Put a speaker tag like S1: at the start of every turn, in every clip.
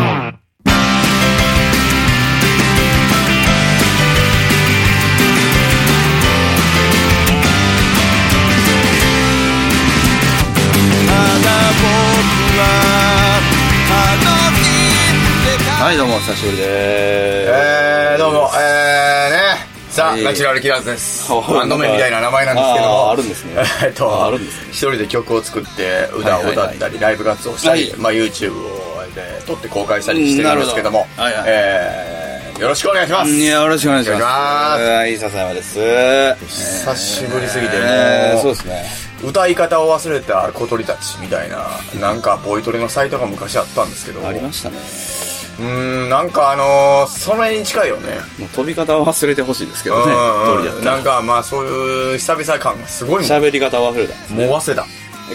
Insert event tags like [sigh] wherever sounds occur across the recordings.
S1: 妻
S2: はい、どうも、久しぶりで
S1: えー、どうも、えー、ね、ザ・
S2: はい
S1: ナチュラルキラーズです。
S2: あ
S1: バンド名みたいな名前なんですけ
S2: あー
S1: ど、
S2: あるんですね
S1: [laughs] えーっ
S2: あーあ
S1: と
S2: るんですね、
S1: 一人で曲を作って、歌を
S2: はいはい
S1: 歌
S2: はい
S1: ったり、ライブ活動したり
S2: は、い
S1: まあ YouTube をで撮って公開したりしてるんですけども
S2: うんなるほどはいはい、。
S1: えーよろしくお願いしますす。
S2: いや、よろしくお願いします。
S1: お願いしま
S2: はい、
S1: す
S2: 笹山です。え
S1: 久しぶりすぎて
S2: ー、そう
S1: も
S2: ですね。
S1: う歌い方を忘れた小鳥たちみたいななんかボイトレのサイトが昔あったんですけど
S2: ありましたね。
S1: うーんなんかあのーそれに近いよね
S2: もう飛び方を忘れてほしいですけどね。通りだ
S1: う
S2: ったら
S1: んうんなんかまあそういう久々感がすごいもん
S2: 喋り方を忘れたんです
S1: もう忘れた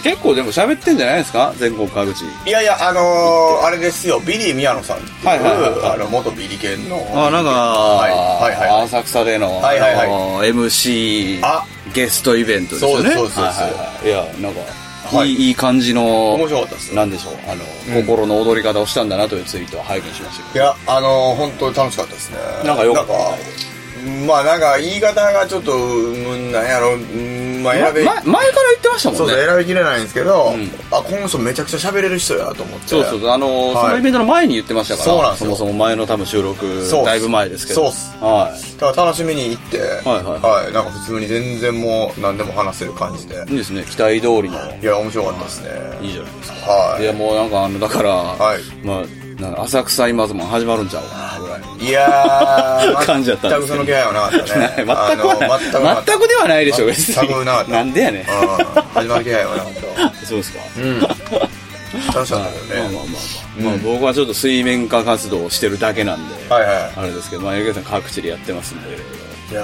S2: 結構でも喋ってんじゃないですか全国各地。
S1: いやいやあのーあれですよビリー宮野さんっていう、
S2: はいはいはいはい
S1: あの元ビリケンの
S2: あ、なんか、
S1: はいはいはいはい
S2: 浅草での、
S1: はいはいはい
S2: あの MC
S1: あ
S2: ゲストイベントですよね。
S1: そうですそう
S2: はい
S1: です
S2: はいはいいや、なんか、
S1: はい
S2: い、いいい感じの、
S1: 面白かったです
S2: なんでしょう、あの、心の踊り方をしたんだなというツイートを拝見しましたけ
S1: いやあのー本当に楽しかったですね
S2: なんか良かった
S1: なんかまあなんか言い方がちょっとうんなんやろうんまあ
S2: ど、
S1: 選べ、
S2: ま前前から言ってましたも
S1: そ
S2: ん
S1: う
S2: ね
S1: そう、。選びきれないんですけど、
S2: ん
S1: あこの人めちゃくちゃ喋れる人やと思って
S2: そうそうそうあのー
S1: はい
S2: そのイベントの前に言ってましたから
S1: そうなんですよ
S2: もそも前の多分収録
S1: そうっす
S2: だいぶ前ですけど
S1: そうっす
S2: は
S1: だから楽しみに行って
S2: はいはい
S1: なんか普通に全然もう何でも話せる感じで
S2: いいいですね期待通りの
S1: いや面白かったですね
S2: いいじゃないですか、
S1: はい
S2: い、やもうなんかあのだから、
S1: い
S2: まあなんか浅草今ズも始まるんちゃうかなぐらい
S1: いやー
S2: 感じやったん
S1: 全
S2: で
S1: く
S2: す
S1: そ
S2: けど
S1: の気配はな
S2: [laughs]
S1: かったね
S2: 全くはない
S1: あの全くなかった
S2: 全くではないでしょ別
S1: 全く
S2: に
S1: なかった
S2: なんでやねん
S1: うん始まる気配はなかっ
S2: そうですか、
S1: たうん楽しかっ
S2: ま
S1: たけ
S2: あま
S1: ど
S2: あまあ
S1: ね
S2: まあ、まあ僕はちょっと水面下活動をしてるだけなんで、
S1: はいは
S2: あれですけどまあ江口さん各地でやってますんで
S1: いいや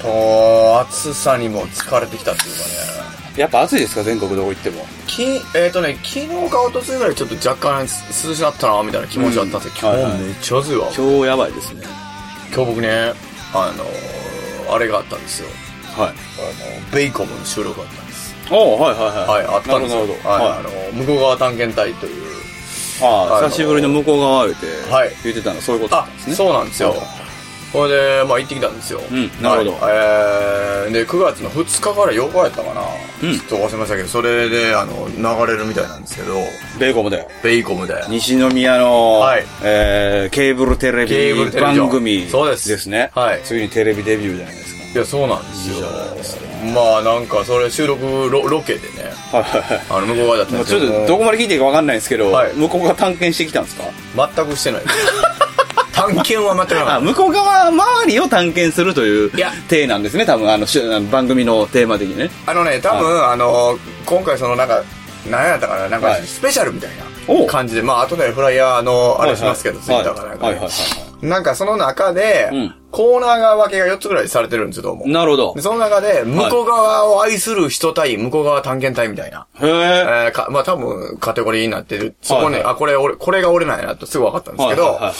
S1: ーと暑さにも疲れてきたっていうかね
S2: やっぱ暑いですか全国どこ行っても
S1: きえっ、とね昨日かおとついぐらいちょっと若干涼しなったなみたいな気持ちだったんですけど、
S2: うん
S1: 今日めっちゃ暑いわ、
S2: 今日やばいですね
S1: 今日僕ねあのーあれがあったんですよ
S2: はい
S1: あのベイコムの収録があったんです
S2: おはいはいは
S1: はいあったんですよ
S2: なるほど
S1: はい
S2: はい
S1: あの向こう側探検隊という
S2: あ
S1: あの
S2: あ久しぶりの向こう側言うて、
S1: はい
S2: 言ってたのはそういうことだっ
S1: あ
S2: たんですね
S1: そうなんですよこれでまあ行ってきたんですよ、
S2: うんなるほど
S1: はいえーで9月の2日から8日やったかな、
S2: うん
S1: ちょっと忘れましたけどそれであの流れるみたいなんですけど
S2: ベーコムで
S1: ベイコムで
S2: 西宮の、
S1: はい
S2: えーケーブルテレ
S1: ケーブルテ
S2: ビ
S1: レビジョン
S2: 番組
S1: そうです
S2: ね、
S1: はい
S2: ついにテレビデビューじゃないです
S1: いやそうなんですよ
S2: いいじゃないです
S1: まあなんかそれ収録ロロケでね
S2: かはいはいはい
S1: あの向こう側だったん
S2: も
S1: で
S2: う
S1: す
S2: ちょ
S1: け
S2: っと
S1: ど
S2: どこまで聞いていいか分かんないですけど、
S1: はい
S2: 向こうが探検してきたんですか
S1: 全く
S2: [laughs]
S1: してない探検は全くなか
S2: あ
S1: っ
S2: 向こう側周りを探検するという
S1: いや
S2: 体なんですね多分あのしゅあの番組のテーマ的にね
S1: たあのね多分あの今回そのなんか何やったかななんか
S2: はい
S1: スペシャルみたい
S2: お
S1: な感じでまあ後でフライヤーのあれしますけど
S2: はい
S1: ツイッターかなんか
S2: はいはいはい
S1: で
S2: はいは
S1: なんかその中で
S2: うん
S1: コーナーが分けが4つぐらいされてるんですよどうも
S2: いなるほど
S1: でその中で向こう側を愛する人対向こう側探検隊みたいな
S2: へえ
S1: えーか、まあ多分カテゴリーになってる。そこね、
S2: はいはい
S1: あ、これ俺、これが俺なんやなとすぐ分かったんですけ
S2: はい
S1: ど
S2: はいはいは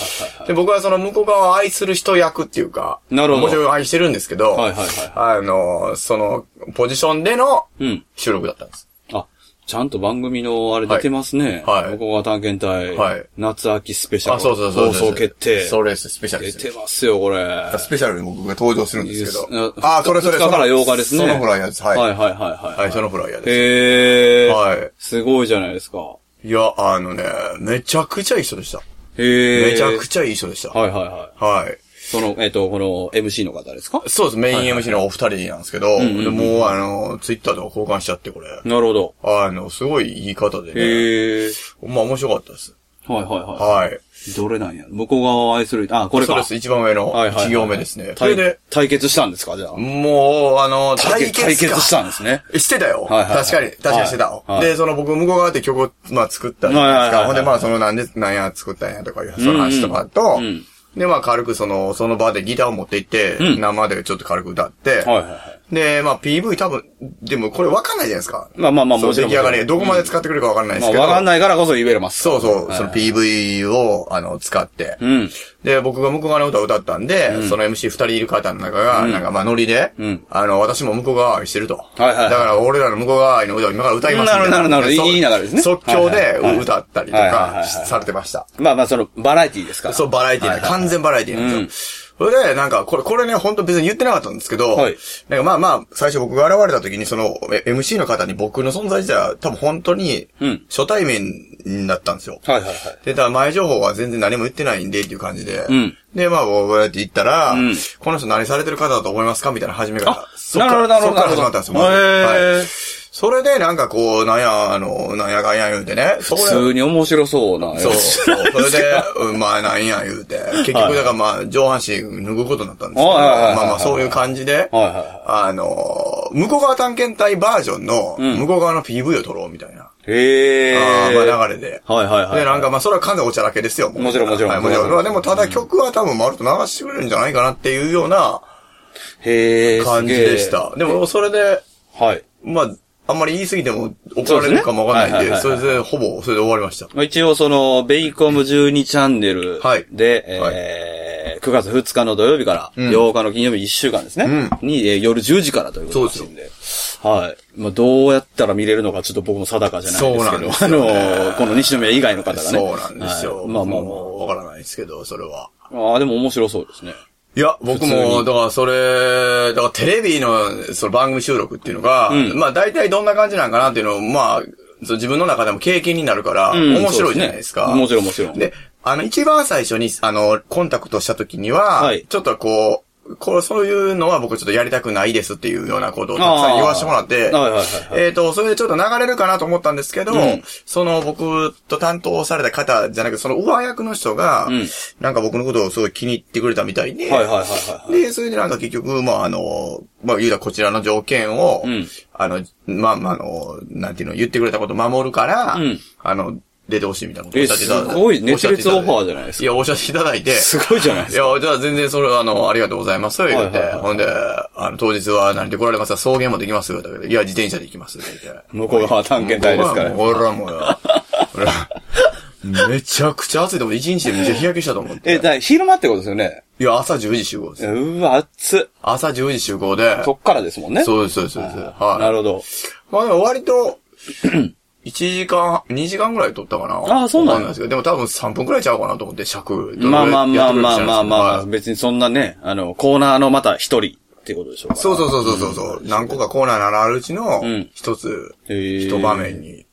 S2: い、
S1: で、僕はその向こう側を愛する人役っていうか、
S2: なるほど
S1: もちろん愛してるんですけど、
S2: はいはい
S1: あの、その、ポジションでの
S2: うん
S1: 収録だったんです。
S2: あ、ちゃんと番組のあれ出てますね。
S1: はいはい
S2: ここが探検隊。
S1: はい
S2: 夏秋スペシャル。
S1: あ、そうそうそう。
S2: 放送決定。
S1: それです、スペシャルで
S2: 出
S1: す。
S2: てますよ、これ。
S1: スペシャルに僕が登場するんですけど。
S2: あ
S1: あ、それそれ。
S2: 2日から
S1: その
S2: 8日ですね。
S1: そのフライヤーです。はい。
S2: は
S1: はいい、
S2: はいはいはい。
S1: そのフライヤーです。
S2: へー。
S1: はい
S2: すごいじゃないですか。
S1: いや、あのね、めちゃくちゃいい人でした。
S2: へー。
S1: めちゃく
S2: ち
S1: ちゃいい人でした。
S2: はいはいはい。
S1: はい。
S2: その、えっと、この MC の方ですか
S1: そうです。メイン MC のお二人なんですけど、でもう、あの、ツイッターとか交換しちゃって、これ。
S2: なるほど。
S1: あの、すごい言い方でね。
S2: へー。
S1: まあ、面白かったです。
S2: はいはいは
S1: はい。
S2: い。どれなんや向こう側を愛する。あ、これ
S1: そう
S2: か。
S1: です。一番上の
S2: はいはいはい。
S1: 1行目ですね。そ
S2: 対
S1: れで、
S2: 対決したんですかじゃあ。
S1: もう、あの、対決か。
S2: 対決したんですね。
S1: してたよ。
S2: はいはいはい
S1: 確かに、確かにしてたよ。
S2: はい
S1: で、その僕、向こう側って曲を、まあ、作ったじゃ
S2: はい
S1: な
S2: はいい
S1: です
S2: はいは
S1: か。
S2: い
S1: ほんで、まあ、その、なんで、なんや、作ったんやとかいう、その話とかと、
S2: うんうん
S1: で、まあ、軽くその、その場でギターを持って行って、
S2: うん
S1: 生でちょっと軽く歌っ
S2: は
S1: て、
S2: いはいはい。
S1: で、まあ PV 多分、でもこれわかんないじゃないですか。
S2: まあまあまあ
S1: そう
S2: もち
S1: 出
S2: ろん
S1: 来上がり、どこまで使ってくるかわかんないで
S2: ますあ、
S1: けど。
S2: わかん
S1: い。
S2: ないからこそ言えます。
S1: そうそう、
S2: はい
S1: その PV を、あの、使って。
S2: うん。
S1: で、僕が向こう側の歌を歌ったんで、その MC 二人いる方の中が、なんかまあノリで、
S2: ん
S1: あの、私も向こう側愛してると。
S2: いはいはい
S1: だから俺らの向こう側愛の歌を今から歌いますみたい
S2: なるほどなるほど
S1: そ
S2: いい流れですね
S1: 即興
S2: はい
S1: で
S2: はいはい
S1: 歌ったりと
S2: はいはいはいは
S1: か
S2: い
S1: しされてました。
S2: まあまあ、その、バラエティですから。
S1: そう、バラエティー
S2: はい
S1: な、完全バラエティーなんですよ。それで、なんか、これ、これね、本当別に言ってなかったんですけど、
S2: はい
S1: なんかまあまあ、最初僕が現れた時に、その、え MC の方に僕の存在自体は多分本当に
S2: うん、
S1: 初対面だったんですよ。
S2: はいはいはい。
S1: で、ただ前情報は全然何も言ってないんでっていう感じで。
S2: ん
S1: で、まあ、こうやって言ったら、
S2: ん
S1: この人何されてる方だと思いますかみたいな始め方
S2: あ。
S1: そっか
S2: なるほどなるほど
S1: そっから始まったんですよ。まず
S2: へー
S1: はい。それで、なんかこう、なんや、あの、なんやかんや言うてね。そこで
S2: 普通に面白 [laughs] そうな。
S1: そう。そうそれで、うんまあなんや言うて。結局、だからまあ、上半身脱ぐことになったんですけど、
S2: はいはいはいはい
S1: まあまあそういう感じで、
S2: はいはいは
S1: あの、向こう側探検隊バージョンの、向こう側の PV を撮ろうみたいな、
S2: へえ。
S1: あーまあ流れで。
S2: はいはいはい。
S1: で、なんか、まあ、それは完全おちゃらけですよ。う
S2: もちろんもちろん
S1: はいもちろん。まあ、でも、ただ曲は多分、まるっと流してくれるんじゃないかなっていうような
S2: へえ。
S1: 感じでした。でも、それで、
S2: すげえ。はい。
S1: まあ、あんまり言い過ぎても怒られるかもわかんないんで、そ
S2: そう
S1: れ
S2: です
S1: で、ほぼ、それで終わりました。
S2: まあ一応その、ベイコム12チャンネルで、
S1: はい
S2: えー9月2日の土曜日から8日の金曜日1週間ですね。に、えー夜10時からということですんで。はい。まあ、どうやったら見れるのかちょっと僕も定かじゃないですけど、
S1: そうなんですよね
S2: あのー、この西宮以外の方がね。
S1: そうなんですよ。
S2: はいまあまあま
S1: もう、わからないですけど、それは。
S2: あ。ああ、でも面白そうですね。
S1: いや、
S2: 普
S1: 僕
S2: 通
S1: も、だからそれ、だからテレビのその番組収録っていうのが、まあ大体どんな感じなんかなっていうのを、まあ、そう自分の中でも経験になるから、
S2: ん
S1: 面白いじゃないですか。
S2: そうですねもちろんもちろん
S1: で、あの、一番最初に、あの、コンタクトした時には、
S2: はい
S1: ちょっとこう、こう、そういうのは僕ちょっとやりたくないですっていうようなことをたくさん言わせてもらって、
S2: あーはいはいはいはい
S1: えっ、と、それでちょっと流れるかなと思ったんですけど、
S2: ん
S1: その僕と担当された方じゃなくて、その上役の人が、
S2: ん
S1: なんか僕のことをすごい気に入ってくれたみたいで、
S2: はいはいはいはい。
S1: で、それでなんか結局、まあ、あの、まあ、言うたらこちらの条件を、
S2: ん
S1: あの、まあ、まあ、あの、なんていうの、言ってくれたこと守るから、
S2: ん
S1: あの、出てほしいみたいなことをおっしゃっていただいて。
S2: えすごい
S1: おっしゃっていただいて
S2: 熱烈オファーじゃないですか
S1: いや、おっしゃっていただいて。
S2: すごいじゃないで
S1: い
S2: すか。
S1: や、じゃあ全然それ、あの、ありがとうございます、と言って。
S2: はいはいはい
S1: ほんで、あの、当日は何で来られますか送迎もできますよ、とか言っていや、自転車で行きます、って言って。
S2: 向こう側探検隊ですからね。
S1: ほら、もうよ。ほら、めちゃくちゃ暑いと思って、一日でめっちゃ日焼けしたと思っ
S2: え、
S1: て。
S2: だから昼間ってことですよね。
S1: いや、朝10時集合です。
S2: うわ、熱っ。
S1: 朝10時集合で。
S2: そっからですもんね。
S1: そうです、そうです、そうです。
S2: な
S1: は
S2: るほど。
S1: い。まあでも割と、1時間、2時間ぐらい撮ったかな。
S2: あーそうなんや
S1: わかですけど、でも多分3分ぐらいちゃうかなと思って尺。
S2: まあまあまあまあまあまあ、
S1: はい
S2: 別にそんなね、あの、コーナーのまた一人ってことでしょうか。
S1: そうそうそうそうそう。何個かコーナーのあるうちの
S2: ん、
S1: 一つ、
S2: へー
S1: 一場面に。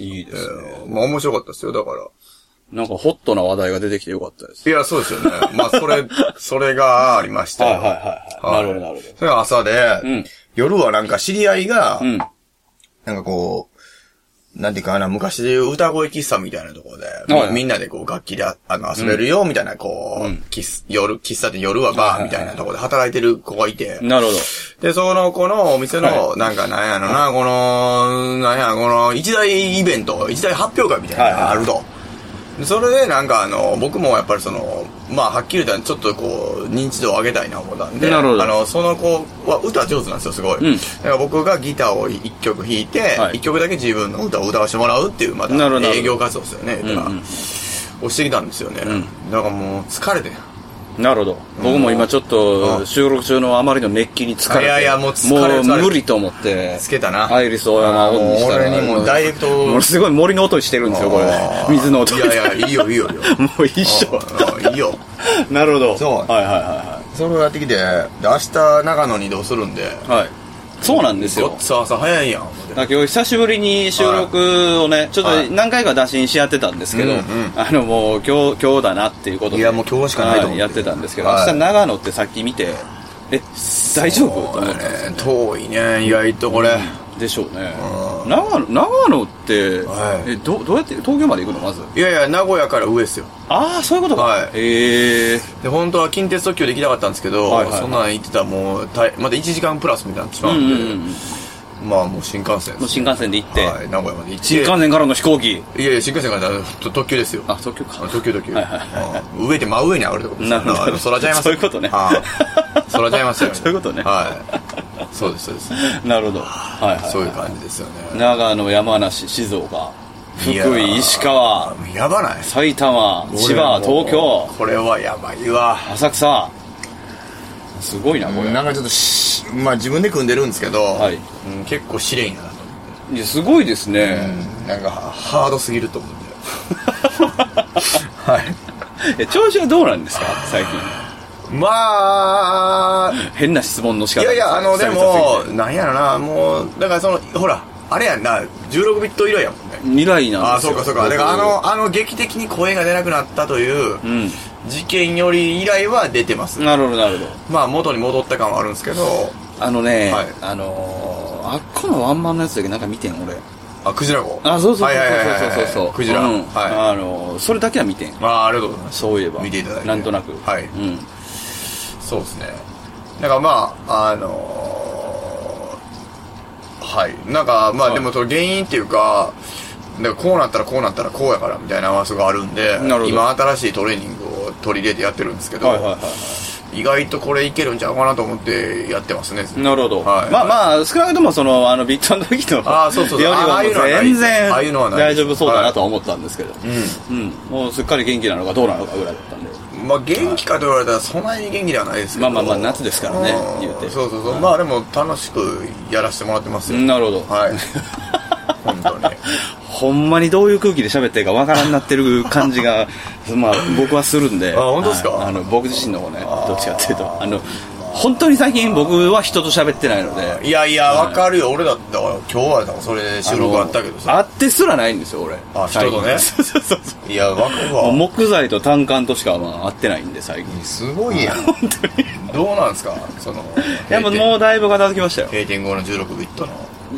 S2: いいで
S1: え
S2: すね。
S1: ーまあ面白かったですよ、だから。
S2: なんかホットな話題が出てきてよかったです。
S1: いや、そうですよね。まあそれ、それがありました
S2: はい
S1: よ。
S2: はいはい
S1: は
S2: はいい。なるほどなるほ
S1: それが朝で、
S2: ん
S1: 夜はなんか知り合いが、
S2: ど。うん。
S1: なんかこう、なんていうかな、昔でいう歌声喫茶みたいなところで、まあみんなでこう楽器でああの遊べるよ、みたいな、こう、喫茶夜、喫茶店夜はバーみたいなところで働いてる子がいて、
S2: なるほど。
S1: で、その子のお店の、なんかなんやろな、この、なんや、この一大イベント、一大発表会みたいなのがあると。でそれでなんかあの、僕もやっぱりその、まあはっきり言ったらちょっとこう、認知度を上げたいな思ったんで、
S2: なるほど
S1: あの、その子は歌上手なんですよ、すごい。
S2: うん
S1: だから僕がギターを一曲弾いて、一、
S2: はい
S1: 曲だけ自分の歌を歌わせてもらうっていう、また
S2: なるほどなるほど
S1: 営業活動ですよね、だから、
S2: うんうん
S1: 押してきたんですよね。だからもう疲れてん。
S2: なるほど。僕も今ちょっ
S1: うん
S2: と収録中のあまりの熱気に疲れて。
S1: いやいやもう疲れ疲れ
S2: もう無理と思って。
S1: つけたな
S2: アイリス大山をオンにしたら。
S1: 俺にもうダイレクト
S2: もうすごい森の音してるんですよ、これ
S1: あ。ー
S2: 水の音。
S1: いやいや、いいよ、いいよ、いいよ。
S2: [laughs] もう一緒。
S1: ああいいよ。
S2: なるほど。
S1: そう
S2: はいはいは
S1: それをやってきて、で明日長野に移動するんで、
S2: いはい。はい。そうなんです
S1: ご
S2: よ
S1: っ。つ朝早いやん、思って
S2: だから今日久しぶりに収録をね、ちょっ
S1: はい
S2: と何回か打診し合ってたんですけど、
S1: うんうん
S2: あのもう今日、今日だなっていうこと
S1: い
S2: で。
S1: やもう今日しかないと思って
S2: はいやってたんですけど、
S1: はい
S2: 明日長野ってさっき見て、え、大丈夫と思って。
S1: ね遠いね、意外とこれ。
S2: でしょうね
S1: う。
S2: 長野、長野って、
S1: はい
S2: え、ど、どうやって、東京まで行くのまず。
S1: いやいや、名古屋から上ですよ。
S2: ああ、そういうことか。
S1: はい
S2: ええ
S1: で、本当は近鉄特急できなかったんですけど、
S2: はいはいはい
S1: そんなん行ってたらもう、たいまた1時間プラスみたいになってしま
S2: う
S1: うんん
S2: う
S1: で、
S2: んうん。も
S1: まあもう新幹線で
S2: う
S1: す。
S2: 新幹線で行って、
S1: はい、名古屋まで行って。
S2: 新幹線からの飛行機。
S1: いやいや、新幹線からだと特急ですよ。
S2: あ、東京か。
S1: 特急特急。
S2: はいはいはい
S1: うん上で真上に上がるってことです
S2: なるほど [laughs]
S1: だからそらちゃいます
S2: そういうことね
S1: [laughs] ああそらちゃいますよ。
S2: そういうことね
S1: はい。そうです、そうです。
S2: なるほど。はいはい、はい。
S1: そういう感じですよね。
S2: 長野、山梨、静岡、福
S1: いやー
S2: 井、石川、。
S1: やばない
S2: 埼玉、千葉、
S1: これはもう
S2: 東京、
S1: これはやばいわ。
S2: 浅草。すごいな、これ。
S1: なんかちょっとし、まあ自分で組んでるんですけど、
S2: はい
S1: うん結構試練やなと思
S2: いやすごいですね。
S1: って、なんかハードすぎると思うんで。はい。
S2: [laughs] え調子はどうなんですか最近。
S1: まあ、
S2: 変な質問の仕
S1: い
S2: 方
S1: や
S2: す
S1: いや、あの、で
S2: 久々
S1: も、なんやろな、もう、だからその、ほら、あれやんな、16ビット以来やもん
S2: す。
S1: ね
S2: ぎて未来なん
S1: ああ、
S2: です
S1: そ
S2: よ。
S1: うかそうか。だからあの、あの劇的に声が出なくなったという
S2: う、ん。
S1: 事件より以来は出てます。
S2: なるほど、なるほど。
S1: まあ、元に戻った感はあるんですけど、
S2: あのね、
S1: はい
S2: あのー、あっこのワンマンのやつだけなんか見てん、俺。
S1: あ、クジラ号。
S2: あ、そうそうそう
S1: はいはいはいはい
S2: そうそうそうそう。
S1: クジラ。
S2: うん
S1: は
S2: あのー、それだけは見てん
S1: い。。まあ、ありがとうございます。
S2: そういえば。
S1: 見ていただいて
S2: なんとなく。
S1: はい
S2: うん。
S1: そうですね。だからまあ、あのーはい。なんか、ま
S2: は
S1: あ
S2: い
S1: でもその原因っていうか、だからこうなったらこうなったらこうやからみたいな話があるんで
S2: なるほど、
S1: 今新しいトレーニングを取り入れてやってるんですけど、
S2: はいはいはいは
S1: 意外とこれいけるんちゃうかなと思ってやってますね。
S2: い。なるほど。
S1: はい
S2: まあまあ、少なくともその、あの、ビットの時の
S1: あーそうそうそう
S2: よりはも
S1: ああいうのはない
S2: 全然、
S1: ああいうのはない
S2: 大丈夫そうだなとは思ったんですけど。
S1: う
S2: うん。もうすっかり元気なのかどうなのかぐらいだったんで。
S1: ん。まあ元気かと言われたらそんなに元気ではないですけど。
S2: まあまあまあ夏ですからね
S1: うん
S2: 言うて
S1: そうそうそう。まあでも楽しくやらせてもらってますよ。
S2: なるほど。
S1: はい。本当に。
S2: ほんまにどういう空気で喋ってるかわからんなってる感じ
S1: [laughs]
S2: が、まあ僕はするんで。
S1: あ本当ですか
S2: はいあの、僕自身の方ね、どっちかっていうと。あの、本当に最近僕は人と喋ってないので。
S1: いやいや、わかるよ。俺だったわ。今日はだからそれ収録あったけど
S2: あ
S1: さ。
S2: ってすらないんですよ、俺。
S1: あ人とね
S2: 最近そうそうそう。
S1: いや、わかる
S2: [laughs] もう
S1: わ。
S2: 木材と単管としかまあ合ってないんで、
S1: [laughs]
S2: 最近。い
S1: すごいやん。どうなんですかその、
S2: や、もうもうだいぶ片付きましたよ。
S1: 0.5の16ビットの。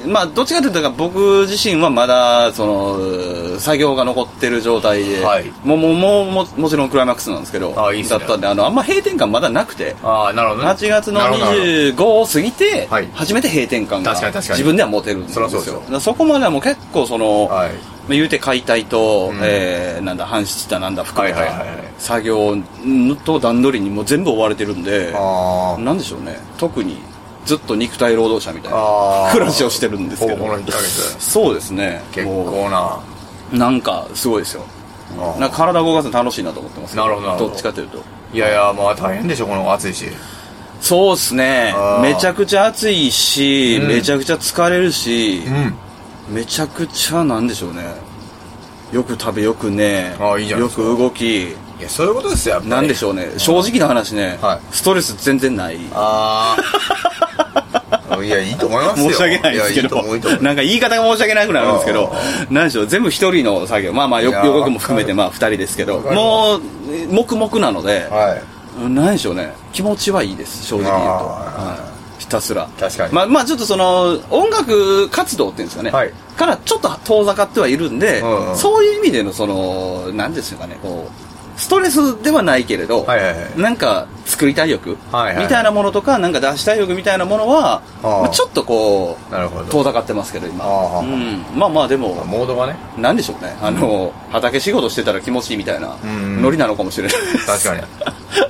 S2: まあ、どっちかというと、僕自身はまだ、その、作業が残ってる状態で、
S1: はい
S2: もう、もう、もうも、もちろんクライマックスなんですけど、
S1: あいいっすね
S2: だったんで、あの、あんま閉店感まだなくて、
S1: ああ、なるほど
S2: 8月の
S1: なるほどなるほど
S2: 25を過ぎて
S1: はい、
S2: 初めて閉店感が、
S1: 確かに確かに
S2: 自分では持てるんですよ。
S1: そりゃそうですよ
S2: だからそこまではもう結構、その、
S1: はい。
S2: まあ言うて解体と、
S1: ん
S2: えーなんだ、搬出だなんだ含め
S1: はいはいはい
S2: た
S1: はい
S2: 作業と段取りにもう全部追われてるんで、
S1: あ
S2: なんでしょうね、特にずっと肉体労働者みたい
S1: あ
S2: な
S1: ー
S2: 暮らしをしてるんで
S1: あ、
S2: す
S1: ほ
S2: け
S1: ぼ
S2: ど
S1: こ、の1ヶ月。
S2: そうですね、
S1: 結
S2: も
S1: 構な。
S2: うなんかすごいですよ。
S1: あー
S2: なんか体動かすの楽しいなと思ってますけ
S1: なるほどなるほど
S2: っちかというと。
S1: いやいや、まあ大変でしょ、この暑いし。
S2: そうですね
S1: あ。ー
S2: めちゃくちゃ暑いし、
S1: うん
S2: めちゃくちゃ疲れるし、
S1: ん。
S2: めちゃくちゃなんでしょうね。よく食べ、よくね
S1: あーいいじゃない
S2: よ
S1: ですか
S2: く動き、
S1: いや、そういうことですよ、やっぱり。
S2: なんでし
S1: ょう。
S2: ょうね。正直な話ね、
S1: はい
S2: ストレス全然ない。
S1: あ [laughs] あ。いや、いいと思いますよ。
S2: 申し訳ないですけ
S1: やいいと
S2: ど
S1: 思ういいと思、う
S2: なんか言い方が申し訳なくなるんですけど
S1: あ、
S2: なんでしょう、全部一人の作業、まあまあよ
S1: いや
S2: 予告も含めて
S1: わ
S2: まあ二人ですけど、
S1: わかる
S2: もう、え黙々なので、
S1: はい。
S2: なんでしょうね、気持ちはいいです、正直言うと。
S1: あー
S2: はいひたすら。
S1: 確かに
S2: まあまあちょっとその、音楽活動っていうんですかね、
S1: はい
S2: からちょっと遠ざかってはいるんで
S1: うんう、ん
S2: そういう意味でのその、なんですかね、こう、ストレスではないけれど、
S1: はいはいはい
S2: なんか作りたい欲、
S1: はいはい
S2: みたいなものとか、なんか出したい欲みたいなものは、
S1: あー
S2: まあちょっとこう、
S1: なるほど。
S2: 遠ざかってますけど、今。
S1: あ
S2: う
S1: ー
S2: ん、まあまあでも、
S1: モードがね。
S2: なんでしょうね。あの、畑仕事してたら気持ちいいみたいな、
S1: ん
S2: ノリなのかもしれない。
S1: 確かに。
S2: に。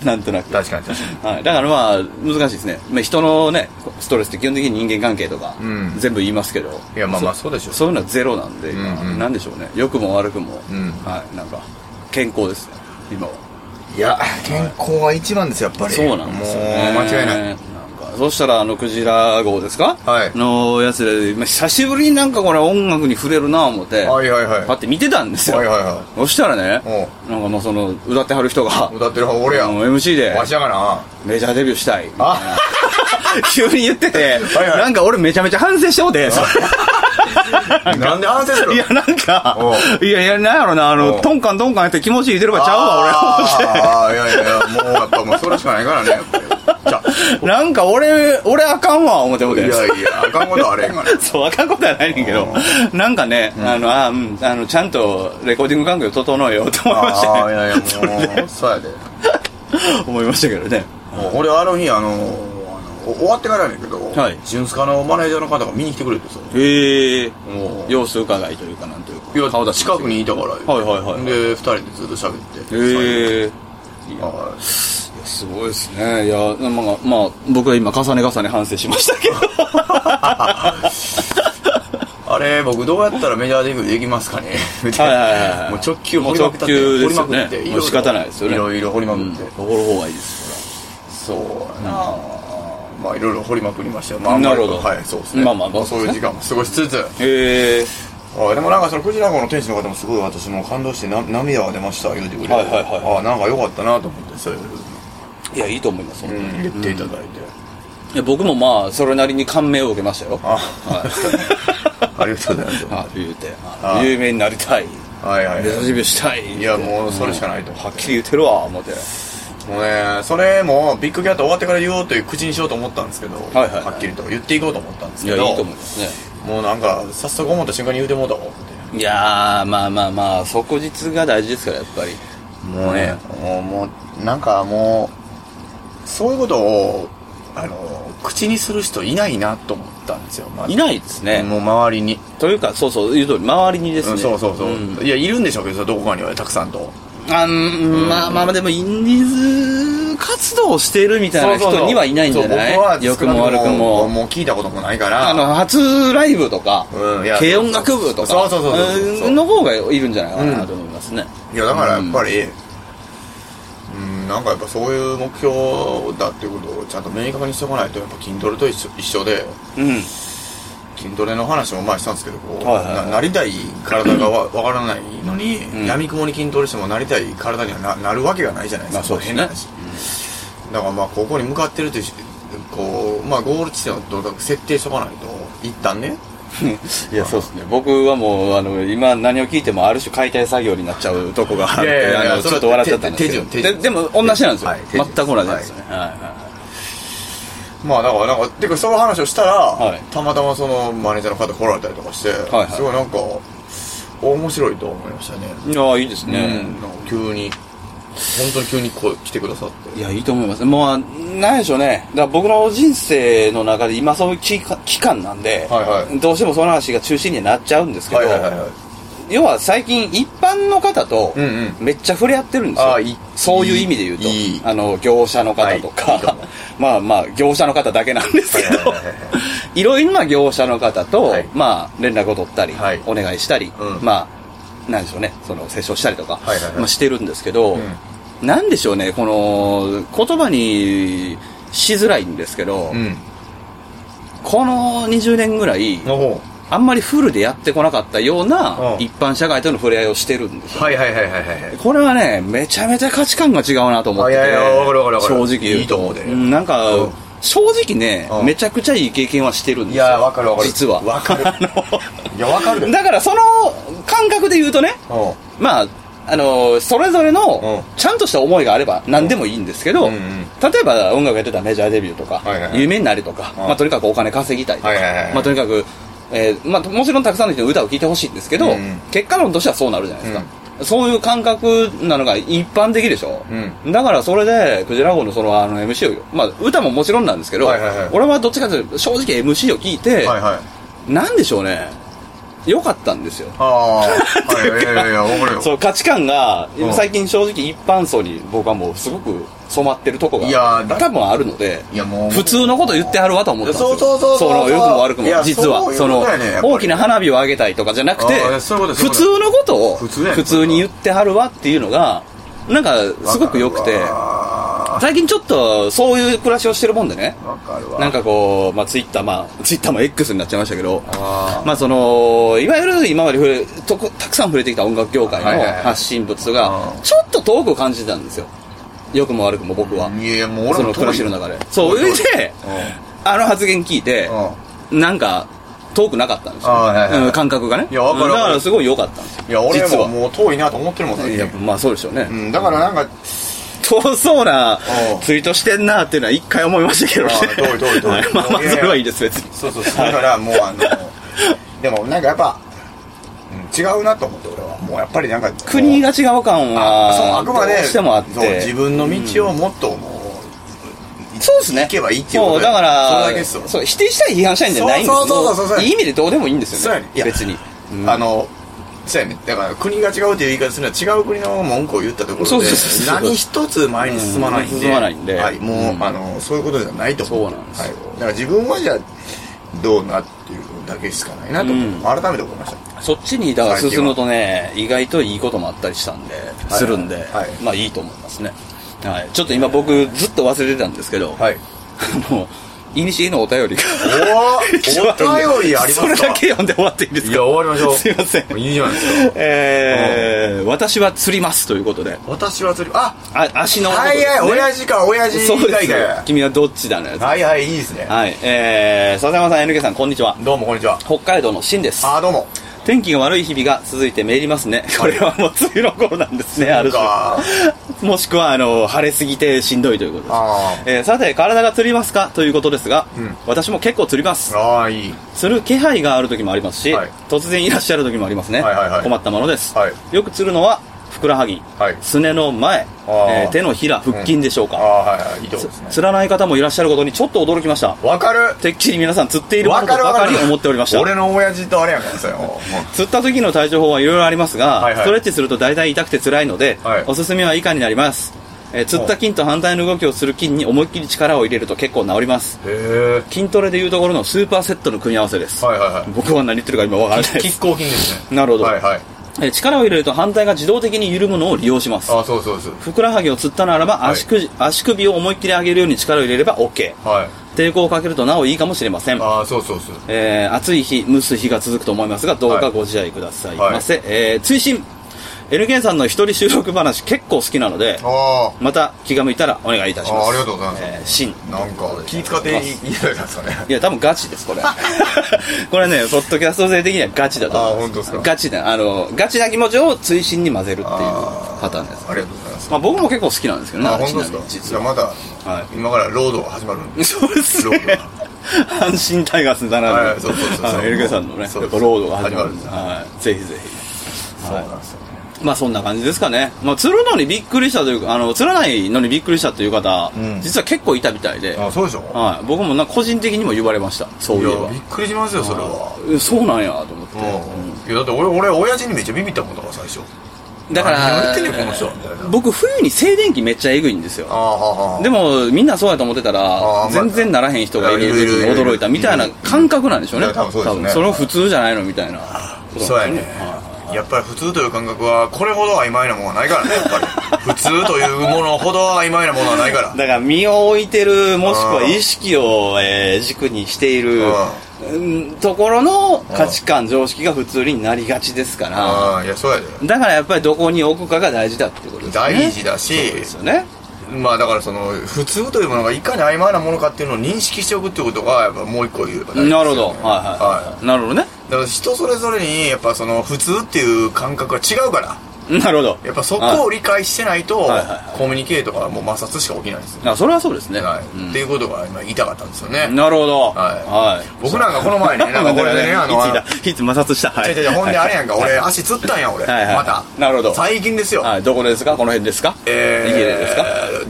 S2: [laughs] なんとなく。
S1: 確かに確かに。
S2: はい、だからまあ、難しいですね。まあ、人のね、ストレスって基本的に人間関係とか、
S1: うん
S2: 全部言いますけど。
S1: いやまあまあそうでしょう
S2: そういうのはゼロなんで、今
S1: うんうん
S2: なんでしょうね。良くも悪くも、
S1: うん
S2: はい、なんか、健康ですね、今は。
S1: いや、健康は一番ですよ、やっぱり。
S2: そうなんですよ、ね。
S1: もう、間違いない。
S2: んかそしたら、あの、クジラ号ですか
S1: はい
S2: のやつで、まあ、久しぶりになんかこれ音楽に触れるなぁ思って、
S1: はいはいはい。
S2: パッて見てたんですよ。
S1: はいはいは
S2: そしたらね
S1: う、
S2: なんかもうその、歌ってはる人が
S1: い。、歌ってる方俺や
S2: あ
S1: ん。
S2: の MC で、
S1: わしやがな。
S2: メジャーデビューしたいみたいな
S1: あ
S2: [laughs] 急に言ってて、
S1: はいはい
S2: なんか俺めちゃめちゃ反省してもうて、それ
S1: なんで反省する
S2: いや、なんか
S1: お、
S2: いやいや、なんやろな、あ
S1: お
S2: の、
S1: う
S2: トンカントンカンやって気持ちいいてるからちゃうわ、俺思って。
S1: ああ、いやいやいや、もうやっぱもうそれしかないからね、やっぱり。じゃ
S2: なんか俺、俺あかんわ、思ってもう
S1: [laughs] あい
S2: て。
S1: やいや、あかんことあれへんがな。
S2: そう、あかんことはないねんけど、なんかね、あの、あ、うん、あの、ちゃんとレコーディング環境整えようと思いまし
S1: あ
S2: た
S1: あ、い
S2: ね。
S1: やい
S2: [laughs]
S1: や、もう、そうやで。
S2: 思いましたけどね。
S1: もう俺あの日、あの、あのお終わってからやねんけど、
S2: はい
S1: 純スカのマネージャーの方が見に来てくれてさ、
S2: へえ、
S1: もう
S2: 様子伺いというか、なんというか。
S1: いや
S2: 顔出し
S1: 近くにいたから、
S2: はいはいはい
S1: で、二人でずっと喋って、
S2: へえ。
S1: はい
S2: すごいですね。いや、まあ、まあ、僕は今、重ね重ね反省しましたけど。
S1: あれ、僕、どうやったらメジャーデビューできますかねみたいな。
S2: はいはいはいはい
S1: もう直球掘りまくったっ
S2: もう直球で
S1: て、掘り
S2: すよ
S1: ま
S2: ね
S1: くって。
S2: もう仕方ないですよね
S1: いろいろ掘りまくって。
S2: 掘る方がいいです
S1: そうやな、まあ、いろいろ掘りまくりましたよ。まあ、あんまり
S2: なるほど
S1: はい、そうですね。
S2: まあまあまあ
S1: そういう時間も過ごしつつ。
S2: から。へえ。
S1: あでもなんかそのクジラ号の天使の方もすごい私も感動してな涙が出ました言うてくれて、
S2: はいはいはいはい
S1: あなんか良かったなと思ってそういう、
S2: いや、いいと思います、本当に
S1: 言っていただいて、
S2: いや、僕もまあ、それなりに感銘を受けましたよ。
S1: あ
S2: は
S1: ありがとうございます
S2: い。あ言うて、あ
S1: あ
S2: 有名になりたい。
S1: はいはい
S2: メジャーデビューしたい。
S1: いやもうそれしかないと、
S2: はっきり言ってるわ、思って。
S1: もうねそれもビッグキャット終わってから言おうという口にしようと思ったんですけど、はい
S2: はいはい
S1: っきりと言っていこうと思ったんです
S2: いや、
S1: け
S2: い
S1: ど
S2: いと思いますね。
S1: もうなんか早速思った瞬間に言うてもうたわ思って
S2: いやー、まあまあまあ、即日が大事ですから、やっぱり。
S1: もうね、もうもうなんかもうそういうことをあの口にする人いないなと思ったんですよ、まず
S2: いないですね。
S1: もう周りに
S2: というか、そうそう、言う通り、周りにですね。
S1: うんそうそうそう、
S2: ん
S1: いやいるんでしょうけどどこかにはたくさんと
S2: あんまあまあ、でも、インディーズ活動をしているみたいな人にはいないんじゃない
S1: そう僕は
S2: 良くも悪く
S1: もう
S2: も。
S1: もう聞いたこともないから
S2: あの、初ライブとか
S1: うんいや、
S2: 軽音楽部とか、
S1: そうそうそうそうそう
S2: うんの方がいるんじゃないかなと思いますね。
S1: いやだからやっぱりうん、なんかやっぱそういう目標だっていうことをちゃんと明確にしておかないとやっぱ筋トレと一緒一緒で
S2: うん。
S1: 筋トレの話も前にしたんですけどこう、
S2: はいはいはい
S1: ななりたい体がわわからないのに、
S2: ん
S1: やみくもに筋トレしてもなりたい体にはななるわけがないじゃないです
S2: ま
S1: か、
S2: あそうですね
S1: 変な話、だからまあここに向かってるというしこう、まあ、ゴール地点をとにかく設定しとかないと一旦ね
S2: いや、そうですね。僕はもう、あの、今何を聞いてもある種解体作業になっちゃうとこがあっ
S1: いやいやい
S2: て、
S1: や
S2: あの、
S1: それ
S2: ちょっと笑っちゃったんですけど。
S1: 手順手順
S2: ででも、同じなんですよ
S1: はい。手
S2: 全
S1: 順
S2: く同じなんですよね。はいはい。
S1: まあだからなんかてかそういう話をしたら、
S2: はい
S1: たまたまそのマネージャーの方来られたりとかして、
S2: はい
S1: すごいなんか面白いと思いましたね、
S2: いや、いいですね。
S1: うんなんか急に本当に急にこう来てくださって
S2: いや、いいと思います。もう、なんでしょうね。だから僕の人生の中で今そういう期間期間なんで、
S1: はいは
S2: どうしてもその話が中心にはなっちゃうんですけど、
S1: はい
S2: 要は最近一般の方と
S1: うんうん
S2: めっちゃ触れ合ってるんですよ。
S1: あーいい
S2: そういう意味で言うと、
S1: いい
S2: あの、業者の方とか、
S1: はいいいと思
S2: [laughs] まあまあ、業者の方だけなんですけ
S1: はい
S2: ど
S1: はいはいはい、
S2: [laughs] いろいろな業者の方と、
S1: はい
S2: まあ、連絡を取ったり、
S1: はい
S2: お願いしたり、
S1: うん
S2: まあ、なんでしょうね、その、接触したりとか、
S1: はいはいはい
S2: まあ、してるんですけど、なんでしょうね、この、言葉にしづらいんですけど、
S1: うん
S2: この20年ぐらい、
S1: おう
S2: あんまりフルでやってこなかったような
S1: うん
S2: 一般社会との触れ合いをしてるんですよ。
S1: はいはいはいはいはいはい
S2: これはね、めちゃめちゃ価値観が違うなと思ってて。
S1: あいやいやわかるわかるわかる
S2: 正直言うと。
S1: いいと思うで
S2: んなんか、
S1: うん
S2: 正直ね、
S1: うん
S2: めちゃくちゃいい経験はしてるんですよ。
S1: いやわかるわかる
S2: 実は。
S1: わか
S2: [laughs]
S1: る
S2: あ
S1: いやわかる
S2: のだからその感覚で言 [laughs] うとね、
S1: おう
S2: まあ、あのそれぞれの
S1: う
S2: ちゃんとした思いがあれば何でもいいんですけど、
S1: うんうん
S2: 例えば音楽やってたメジャーデビューとか、
S1: はいはいはい
S2: 有名になりとか、
S1: うん
S2: まあ、とにかくお金稼ぎたいとか、
S1: はいはいはい
S2: まあ、とにかく、えーまあ、もちろんたくさんの人の歌を聴いてほしいんですけど、
S1: うんうん
S2: 結果論としてはそうなるじゃないですか。そういう感覚なのが一般的でしょ、だからそれで、クジラ号のそのあの MC を、まあ歌ももちろんなんですけど、
S1: はいはいはい
S2: 俺はどっちかというと正直 MC を聞いて、
S1: はいはい
S2: なんでしょうね、良かったんですよ。
S1: ああーはいはいいやいやわかる
S2: [laughs]
S1: よ
S2: そう価値観が
S1: うん
S2: 最近正直一般層に僕はもうすごく染まってるとこが
S1: いやーだ
S2: 多分あるので
S1: いやもう
S2: 普通のこと言ってはるわと思ったんですよ
S1: そうそうそうそう
S2: の良くも悪くも
S1: いや
S2: 実
S1: そう
S2: は
S1: いう
S2: そ
S1: こ
S2: の
S1: とやねやっぱり
S2: 大きな花火を上げたいとかじゃなくて
S1: あーいやそういうことそうい
S2: 普
S1: うこと
S2: 通のことを
S1: 普通やね
S2: 普通に言ってはるわっていうのがなんかすごく良くて
S1: わ
S2: 最近ちょっとそういう暮らしをしてるもんでね
S1: かるわ
S2: なんかこう、まあ、ツイッター、まあ、ツイッターも X になっちゃいましたけど、
S1: あー
S2: まあ、その、いわゆる今まで触れとこたくさん触れてきた音楽業界
S1: はい
S2: の
S1: はいはい
S2: 発信物が
S1: う、ん
S2: ちょっと遠く感じてたんですよ。良くも悪くも僕は。
S1: いやいやもう俺も
S2: その
S1: 遠い
S2: 暮らしの中で。そう、
S1: 遠い遠い
S2: で、あの発言聞いて
S1: う、んうん
S2: なんか、遠くなかったんですよ、
S1: あはいはいはい
S2: うん感覚がね。
S1: いやわかるわか
S2: だ
S1: る
S2: からすごい良かったんですよ。
S1: いや俺
S2: 実
S1: も
S2: は
S1: もう遠いなと思ってるもん最近
S2: やっぱまあそうでしょうね。
S1: うん、だからなんか、
S2: 遠そうな
S1: うん
S2: ツイートしてんなっていうのは一回思いましたけどね
S1: あー遠い遠い遠い
S2: は [laughs] まあまあ
S1: いやいや
S2: それはいいです別に
S1: そうそうそう。だからもうあの、でもなんかやっぱ、うん違うなと思って俺は。もうやっぱりなんか、
S2: 国
S1: が、
S2: が違和感は
S1: そう、あくまで、
S2: どうしてもあっ
S1: そう
S2: て
S1: 自分の道をもっともう、
S2: そうですね
S1: 行けばいいっていうこと
S2: そうだか
S1: それだけ
S2: ら
S1: ですよ。
S2: そう否定したい批判したいんじゃないんです
S1: そうそうそうそうそう
S2: もいい意味でどうでもいいんですよね
S1: そうやねんいや
S2: 別に、うん
S1: あの、そうやね。だから国が違うという言い方するのは違う国の文句を言ったところで、
S2: そうそうそうそう
S1: 何一つ前に進まないんで、
S2: うん進まないんで
S1: はい、もう、
S2: うん
S1: あの、そういうことじゃないと思う。
S2: そうなんですよ
S1: はい。だから自分はじゃあ、どうなっていうだけしかないなと思う、
S2: うん
S1: 改めて思いました。
S2: そっちに、だから進むとね、意外といいこともあったりしたんで、するんで、
S1: はい
S2: まあいいと思いますね。はい。ちょっと今僕ずっと忘れてたんですけど、
S1: はい。
S2: [laughs] あの、いにしえのお便りが。
S1: おおお便りありますか
S2: それだけ読んで終わっていいですか
S1: いや終わりましょう
S2: すいません。
S1: いいじゃないですか。
S2: えー、私は釣りますということで。
S1: 私は釣り、あ
S2: あ、足のことで
S1: は
S2: す
S1: い
S2: ね。
S1: はい、親父か、親父
S2: そうで
S1: 大
S2: す
S1: 会。。
S2: 君はどっちだね。
S1: はいはい、いいですね。
S2: はい。えー、笹山さん、NK さん、こんにちは。
S1: どうも、こんにちは。
S2: 北海道のシンです。
S1: あー、どうも。
S2: 天気が悪い日々が続いてめいりますね。 [laughs] これはもう梅雨の頃なんですね、ある種。
S1: か
S2: もしくは、あの、晴れすぎてしんどいということです。
S1: あー
S2: えーさて、体が釣りますかということですが、
S1: ん
S2: 私も結構釣ります。
S1: あー、いい。
S2: 釣る気配がある時もありますし、
S1: はい
S2: 突然いらっしゃる時もありますね。
S1: はいはいはい
S2: 困ったものです。
S1: はい
S2: よく釣るのは、ふくらはぎ、
S1: はい
S2: すねの前、
S1: あー
S2: えー手のひら、腹筋でしょう
S1: あー、
S2: か。
S1: はいはい、いいとこですね。
S2: 釣らない方もいらっしゃることにちょっと驚きました。
S1: わかる
S2: てっきり皆さん釣っているも
S1: わ
S2: のと
S1: かる
S2: ば
S1: わ
S2: か
S1: か
S2: り
S1: る
S2: 思っておりました。
S1: 俺の親父とあれやからさよ。
S2: 釣った時の対処法はいろいろありますが、
S1: はいはい
S2: ストレッチすると大体痛くて辛いので、
S1: はい
S2: おすすめは以下になります、えー釣った筋と反対の動きをする筋に思いっきり力を入れると結構治ります
S1: へえ。
S2: 筋トレでいうところのスーパーセットの組み合わせです、
S1: はいはいはい。
S2: 僕は何言ってるか今わからないです
S1: 抗筋です
S2: なるほど、
S1: はいはい。
S2: えー力を入れると反対が自動的に緩むのを利用します
S1: あー、そうそうです。
S2: ふくらはぎを釣ったならば
S1: い
S2: 足首,、足首を思いっきり上げるように力を入れれば OK
S1: はい。
S2: 抵抗をかけるとなおいいかもしれません
S1: あー、そうそうそう。
S2: えー暑い日、蒸す日が続くと思いますが、どう
S1: は
S2: か
S1: い
S2: ご自愛くださいませ。えー追伸 NK さんの一人収録話結構好きなので、
S1: あ
S2: また気が向いたらお願いいたします。
S1: あありがとうございます
S2: えー、真。
S1: ー、なんか、気使っていいじゃないですかね。
S2: いや、多分ガチです、これ。 [laughs] これね、ポッドキャスト勢的にはガチだと思います。
S1: あ本当ですか
S2: ガチだ。あの、ガチな気持ちを追伸に混ぜるっていう
S1: あー
S2: パターンです。
S1: ありがとうございます。
S2: まあ僕も結構好きなんですけどね、
S1: あ、本当
S2: ちな
S1: ですか
S2: みに実
S1: じゃあ
S2: は。
S1: まだ
S2: は、
S1: 今からロードが始まるんで。
S2: そうです
S1: ロード
S2: ね
S1: が。
S2: [laughs] 阪神タイガースだ
S1: は
S2: ない
S1: そうそうそうそう
S2: エルケさんのね、やっぱ
S1: そ
S2: ロ
S1: うで
S2: ー
S1: す
S2: ドが始まるんで、
S1: 始
S2: はい、ぜひぜひ。
S1: そうなんですよね。
S2: まあそんな感じですかね。まあ釣るのにびっくりしたというか、あの、釣らないのにびっくりしたという方、
S1: うん
S2: 実は結構いたみたいで、
S1: あー、そうでしょ
S2: はい、僕もな個人的にも言われました、そう
S1: い
S2: いえ
S1: や、
S2: ば
S1: びっ。くりしますよ、それは。
S2: えそうなんやと思って。
S1: うん、いやだって俺俺親父にめっちゃビビったもんだから最初
S2: だから
S1: 何言ってんねんこの人みたいな
S2: 僕冬に静電気めっちゃえぐいんですよ。
S1: ああ
S2: でもみんなそうやと思ってた
S1: あ
S2: ら、
S1: ーまあ
S2: 全然ならへん人がいる
S1: いやいるいるいる
S2: 驚いたみたいな感覚なんでしょうね
S1: い、や多分そうですね
S2: それを普通じゃないのみたいなことなんでしょ
S1: そう
S2: ね。
S1: やねやっぱり普通という感覚はこれほど曖昧なものはないからねやっぱり [laughs] 普通というものほど曖昧なものはないから
S2: だから身を置いてるもしくは
S1: うん
S2: 意識を、えー軸にしている、うんところの価値観常識が普通になりがちですから
S1: ああいやそうやで
S2: だからやっぱりどこに置くかが大事だっていうことですよね
S1: 大事だし、
S2: そうですよね
S1: まあだからその普通というものがいかに曖昧なものかっていうのを認識しておくっていうことがやっぱもう一個言えば大事ですよね
S2: なるほどはいはい、
S1: は
S2: なるほどね
S1: いだから人それぞれにやっぱその普通っていう感覚が違うから
S2: なるほど
S1: やっぱそこを理解してないと
S2: はいはいは
S1: コミュニケートがもう摩擦しか起きないですよ
S2: あそれはそうですね、
S1: はい
S2: うん
S1: っていうことが今言いたかったんですよね。
S2: なるほど
S1: はい
S2: はい
S1: 僕なんかこの前ね、なんかこ [laughs] れで
S2: [laughs]
S1: ね、あの、
S2: いついたいつ摩擦したは
S1: ちょいちょいちょいほんであれやんか、俺足つったんや、俺。
S2: はいはい
S1: また。
S2: なるほど
S1: 最近ですよ。
S2: はいどこですかこの辺ですか
S1: えー
S2: 右でですか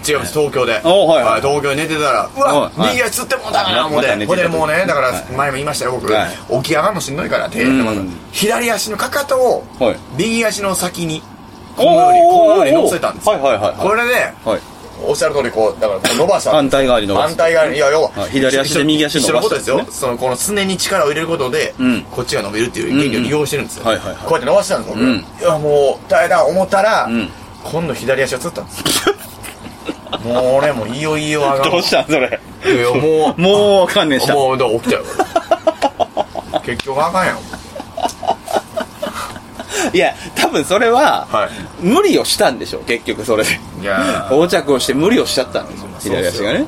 S1: 違います、東京で。
S2: おはいはい
S1: 東京で寝てたら、うわ、
S2: はい
S1: 右足つってもうたな、
S2: はい
S1: 思っ
S2: また寝て
S1: て。ほん
S2: た
S1: でもうね、だから
S2: はい
S1: 前も言いましたよ、僕
S2: は。
S1: 起き上がるのしんどいから、手でまず
S2: うん
S1: 左足のかかとを
S2: はい、
S1: 右足の先に、このように、このように乗せたんですよ。
S2: はいはいはいはい
S1: これでね、
S2: はい
S1: おっしゃる通り、こう、だからこう伸ばしたんです
S2: 反対
S1: よ
S2: 側に伸ばす
S1: 反対側に、いや、要
S2: は
S1: は、
S2: い左足で右足を伸
S1: 一緒
S2: ば
S1: の
S2: し
S1: こ
S2: た
S1: と
S2: ん
S1: で
S2: ですすね
S1: よ。その、このすねに力を入れることで
S2: うん、
S1: こっちが伸びるっていう原理を利用してるんですよ。
S2: うんうんはいはいはい
S1: こうやって伸ばしてたんです、僕。
S2: うん
S1: いや、もう、大変だ、思ったら
S2: ん、
S1: 今度左足がつったんですよ。もう俺もういいよいいよあが
S2: [laughs]
S1: ん
S2: どうしたんそれ
S1: いやいやもう
S2: もう観念 [laughs] した
S1: もうだから起きたよ俺結局あかんやん
S2: いや多分それは、
S1: はい
S2: 無理をしたんでしょう結局それで
S1: いやー
S2: 横着をして無理をしちゃったんですよ左足がね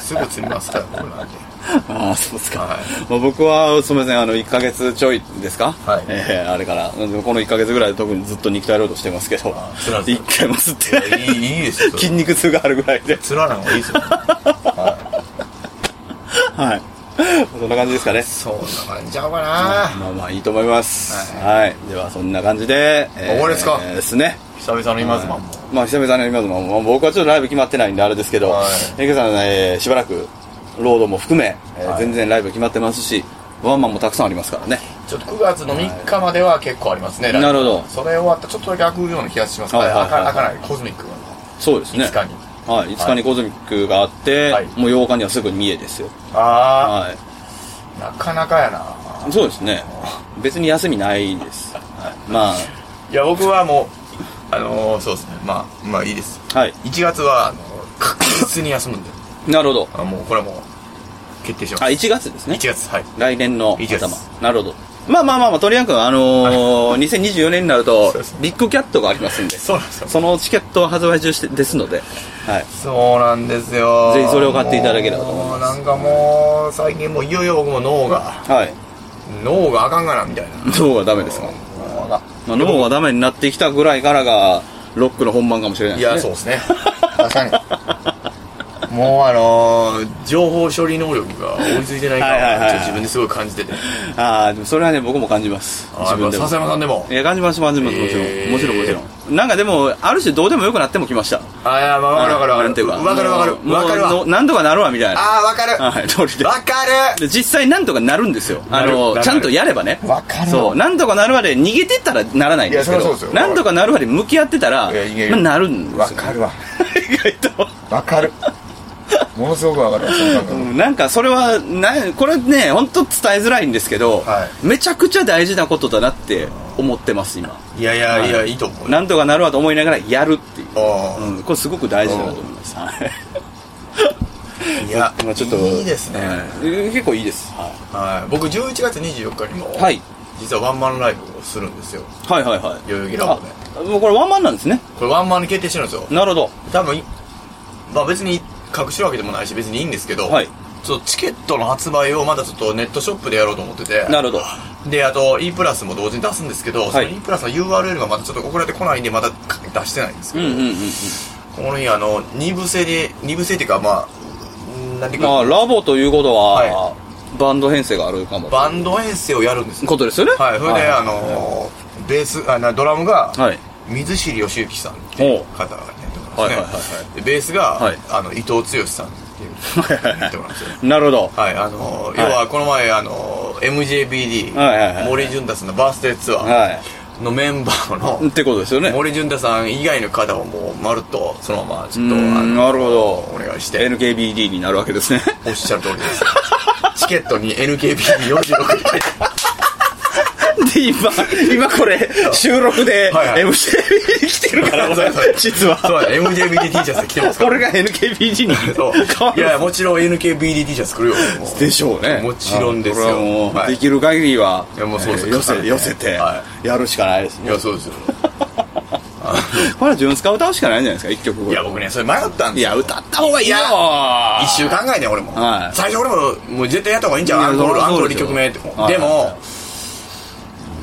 S1: すぐつりますからこれなんて
S2: ああそうですか、
S1: は
S2: まあ、僕はすみませんあの1か月ちょいですか、
S1: はい
S2: えーあれからこの1か月ぐらいで特にずっと肉体労働してますけど
S1: あー辛いです
S2: 一回も吸ってない
S1: いやいいいいですよそれ
S2: 筋肉痛があるぐらいで
S1: つらない方がいいですよ
S2: はいそんな感じですかね
S1: そんな感じちゃうかな
S2: まあまあいいと思いますは、
S1: はい
S2: ではそんな感じで、
S1: 終わりですか
S2: えーですね
S1: 久々の今妻も
S2: まあ久々に今のも、まあ僕はちょっとライブ決まってないんであれですけど、
S1: はい
S2: エイケさんはね、えーしばらく、ロードも含め、えー
S1: はい
S2: 全然ライブ決まってますし、ワンマンもたくさんありますからね。
S1: ちょっと9月の3日までは結構ありますね、
S2: はい、なるほど。
S1: それ終わったちょっとだけ開くような気がしますね。開、はい、かない、コズミックが。
S2: そうですね。5
S1: 日に。
S2: はい、5日にコズミックがあって、もう8日にはすぐ三重ですよ。
S1: ああ、なかなかやな。
S2: そうですね。別に休みないです。まあ。
S1: いや、僕はもう、あのー、そうですね。まあ、まあいいです。
S2: はい。
S1: 1月は、あの確実に休むんで。
S2: なるほど。
S1: あもう、これはもう、決定しまし
S2: あ、1月ですね。
S1: 1月、はい。
S2: 来年の頭。なるほど。まあまあまあまあ、とりあえず、あのー、2024年になると、ビッグキャットがありますんで、
S1: そうなんですよ。
S2: そのチケット発売中してですので、はい。
S1: そうなんですよ。。
S2: ぜひそれを買っていただければと思います
S1: なんかもう、最近もういよいよ僕も脳が、
S2: はい。
S1: 脳があかんがな、みたいな。
S2: 脳がダメですか脳が。まあ、脳がダメになってきたぐらいからが、ロックの本番かもしれない
S1: ですね。いや、そうですね。確かに。もうあのー、情報処理能力が追いついてないから自分ですごい感じてて
S2: ああでもそれはね僕も感じます
S1: 自分で笹山さんでも
S2: いや感じます感じますもちろん、えー、もちろんもちろんなんかでもある種どうでもよくなってもきました
S1: あいやまあ分かる分かる分かる分かる分かる分かる
S2: 何とかなるわみたいな
S1: ああ分かる
S2: はい通りで
S1: 分か
S2: る実際何とかなるんですよあのちゃんとやればね
S1: 分かる
S2: そう何とかなるわで逃げてたらならないんですけど何とかなるわで向き合ってたらなるんです
S1: よ分かるわ
S2: [laughs] 意外と
S1: 分かるものすご
S2: [laughs]
S1: くわかる
S2: なんかそれはなこれね本当伝えづらいんですけど、はい、めちゃくちゃ大事なことだなって思ってます今
S1: いやいやいや、はい、いいと思
S2: うなんとかなるわと思いながらやるっていう、うん、これすごく大事だなと思います
S1: いや、まあ、ちょっといいですね、
S2: えー、結構いいです、
S1: はい、はい、僕11月24日にも、
S2: はい、
S1: 実はワンマンライブをするんですよ
S2: はいはいはい
S1: 代々木ラボ
S2: でもうこれワンマンなんですね
S1: これワンマンに決定してるんですよ
S2: なるほど
S1: 多分まあ別に隠してるわけでもないし別にいいんですけど、
S2: はい、
S1: ちょチケットの発売をまだちょっとネットショップでやろうと思ってて
S2: なるほ
S1: どであと e プラスも同時に出すんですけど、はい、その e プラスの URL がまだちょっと送られてこないんでまだ出してないんですけど、この日あの2部制で2部制っていうかまあ
S2: 何ていうか、まあ、ラボということは、はい、バンド編成があるかも
S1: バンド編成をやるんです
S2: ことですよね
S1: はいそれで、あのベースあドラムが、水尻義行さんっていう方がね、
S2: はいはいはい
S1: ベースが、あの伊藤剛さんっていう
S2: なるほど、
S1: はいあの要はこの前、あの MJBD、森潤太さんのバースデーツアーのメンバーの
S2: ってことですよね
S1: 森潤太さん以外の方をもうまるっとそのままちょっと
S2: なるほど
S1: お願いして
S2: NKBD になるわけですね
S1: おっしゃる通りです [laughs] チケットに NKBD46 回
S2: で、今、今これ、収録で MJB 来てるから、 [laughs] 実は。
S1: そう MJBD T シャツ着てます
S2: から。これが NKBD に。 [laughs]
S1: そう。いや、もちろん NKBD T シャツ作るよ。
S2: でしょうね。
S1: もちろんですよ。
S2: もう、できる限りは、
S1: いや、もうそうです
S2: 寄せ、寄せて、やるしかないですね。
S1: いや、そうですよ。
S2: これは純スカ歌うしかないんじゃないですか、一曲
S1: いや、僕ね、それ迷ったんです
S2: いや、歌った方がいいよ
S1: 一週考えて、俺も。最初俺も、もう絶対やった方がいいんちゃうアンコール、アンコール2曲目って。でも、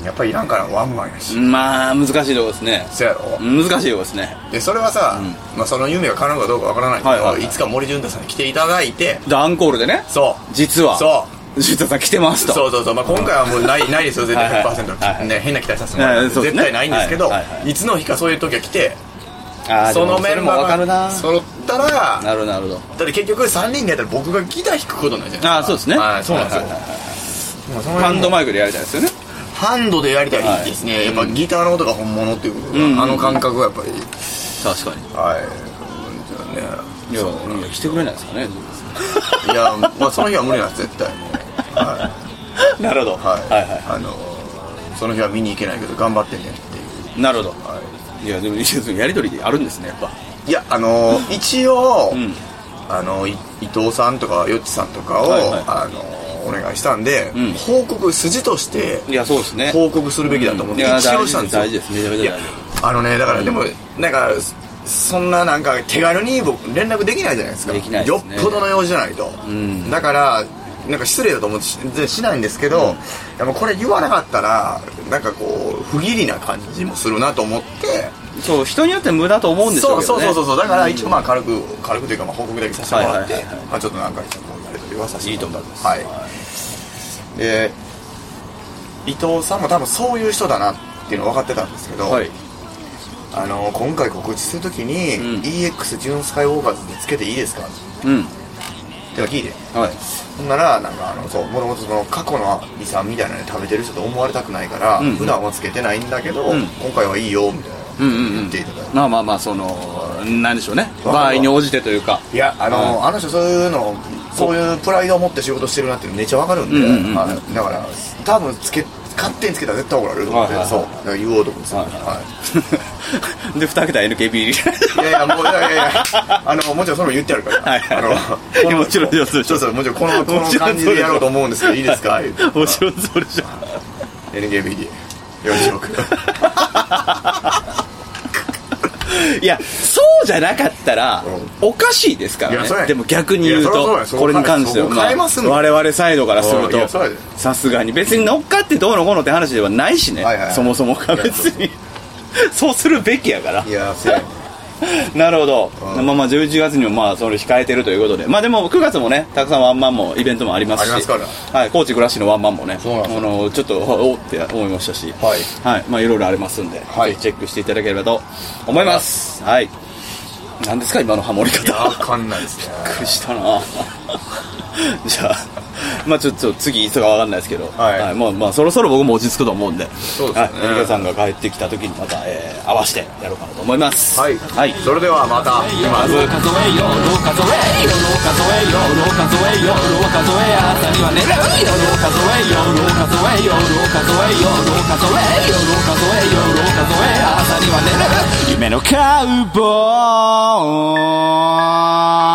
S1: やっぱりいらんからワンマンやし
S2: まあ難しいとこですね
S1: そやろ
S2: 難しいとこですね
S1: でそれはさ、まあ、その夢が叶うかどうかわからないけど、いつか森潤太さんに来ていただいて
S2: アンコールでね
S1: そう
S2: 実は
S1: そう
S2: 潤太さん来てますと
S1: そうそうそう、まあ、今回はもうないないですよ絶対100%、ね、変な期待させてもらう絶対ないんですけど、いつの日かそういう時が来てそのメンバーが揃ったら
S2: なるなるほど
S1: だって結局3人でやったら僕がギター弾くことになるじゃないですか
S2: ああそうですね
S1: あそうなんです
S2: よハンドマイクでやりたいですよね
S1: ハンドでやりたいですね、はい、やっぱギターの音が本物っていうことが、うん、あの感覚はやっぱり
S2: 確かに
S1: はい
S2: じゃあねいや来てくれないですか
S1: [laughs]
S2: ね
S1: いやまあその日は無理なんです絶対ね、
S2: はい、なるほど、
S1: はい、はいはいあのその日は見に行けないけど頑張ってねって
S2: いうなるほど、はい、いやでもやり取りあるんですねやっぱ
S1: いやあの一応、うん、あの伊藤さんとかよっちさんとかを、はいはい、あのお願いしたんで、報告筋として
S2: いやそうですね
S1: 報告するべきだと思って一応したんですよ
S2: 大事ですめちゃめちゃ
S1: あのねだからでも、なんかそんななんか手軽に僕連絡できないじゃないですか
S2: できない
S1: よっぽどの用事じゃないと、だからなんか失礼だと思ってしないんですけど、でもこれ言わなかったらなんかこう不義理な感じもするなと思って
S2: そう人によって無駄と思うんです
S1: よねそうそうそうそうだから一応まあ軽く軽くというかまあ報告だけさせてもらってちょっとなんかやり取りはさせてもらっていいと思いますはいで伊藤さんも多分そういう人だなっていうの分かってたんですけど、
S2: はい、
S1: あの今回告知するときに、うん、EX ジュンスカイウォーカーズでつけていいですか、
S2: うん、
S1: てか聞いて
S2: はい。
S1: ほんならなんかあのそうもともとその過去の遺産みたいなので食べてる人と思われたくないから、
S2: うん
S1: 普段はつけてないんだけど、
S2: ん
S1: 今回はいいよみたい
S2: うん
S1: な
S2: うんう
S1: 言
S2: ん
S1: っていただいて、
S2: まあまあまあ、その、なんでしょうね。場合に応じてというか。
S1: いやあの、
S2: は
S1: あの人そういうのそういうプライドを持って仕事してるなっていうのめっちゃわかるんで、
S2: うんうんうん
S1: あのだから多分つけ勝手につけたら絶対怒られると思って、
S2: はいはい
S1: そうだから言おうと思ってた、
S2: はい [laughs] はい。で、二桁 NKB
S1: い、やいやもういやいやいやあのもちろんそれも言ってあるから、
S2: [laughs] はいはい
S1: あ
S2: はい
S1: この
S2: [laughs] もちろんそうでしょ
S1: そうそうもちろんこのこの
S2: もちろん
S1: 感じでやろうと思うんですけどいいですか言うて [laughs]
S2: もちろんそうでしょ。
S1: NKB でよろしく
S2: いや、そうじゃなかったら
S1: うん、
S2: おかしいですから
S1: いやそう
S2: ね。
S1: や
S2: でも逆に言う
S1: いやそりゃそう
S2: と
S1: や、そう
S2: これに関しては、
S1: そう変えますもん
S2: 我々サイドからする
S1: うんいやそうや
S2: と
S1: で、
S2: さすがに別に乗っかってどうのこうのって話ではないしね
S1: はいはいは。い
S2: そもそもが別に。そうするべきやから
S1: い。やそうやね
S2: [laughs] なるほど。
S1: うん
S2: まあまあ11月にもまあそれ控えてるということで。まあでも9月もね、たくさんワンマンもイベントもありますし。
S1: ありますから
S2: はい、高知暮らしのワンマンもね、
S1: そうなんです
S2: あ
S1: よ
S2: の、ちょっと、おおって思いましたし。
S1: はい
S2: はい、まあいろいろありますんで、
S1: はい
S2: ぜひチェックしていただければと思います。はい。何ですか今のハモり方。
S1: いやわかんないですね
S2: びっくりしたな [laughs] じゃあまあちょっと次いつかわかんないですけど、
S1: はい
S2: まあまあそろそろ僕も落ち着くと思うんで
S1: そうですね
S2: はい、皆さんが帰ってきた時にまた、えー合わせてやろうかなと思います
S1: はい、
S2: はい
S1: それではまた
S3: 数えよう数えよう数えよう数えよう数えよう数え朝には寝るよ数えよう数えよう数えよう数えよう数えよう数え朝には寝る夢のカウボーイ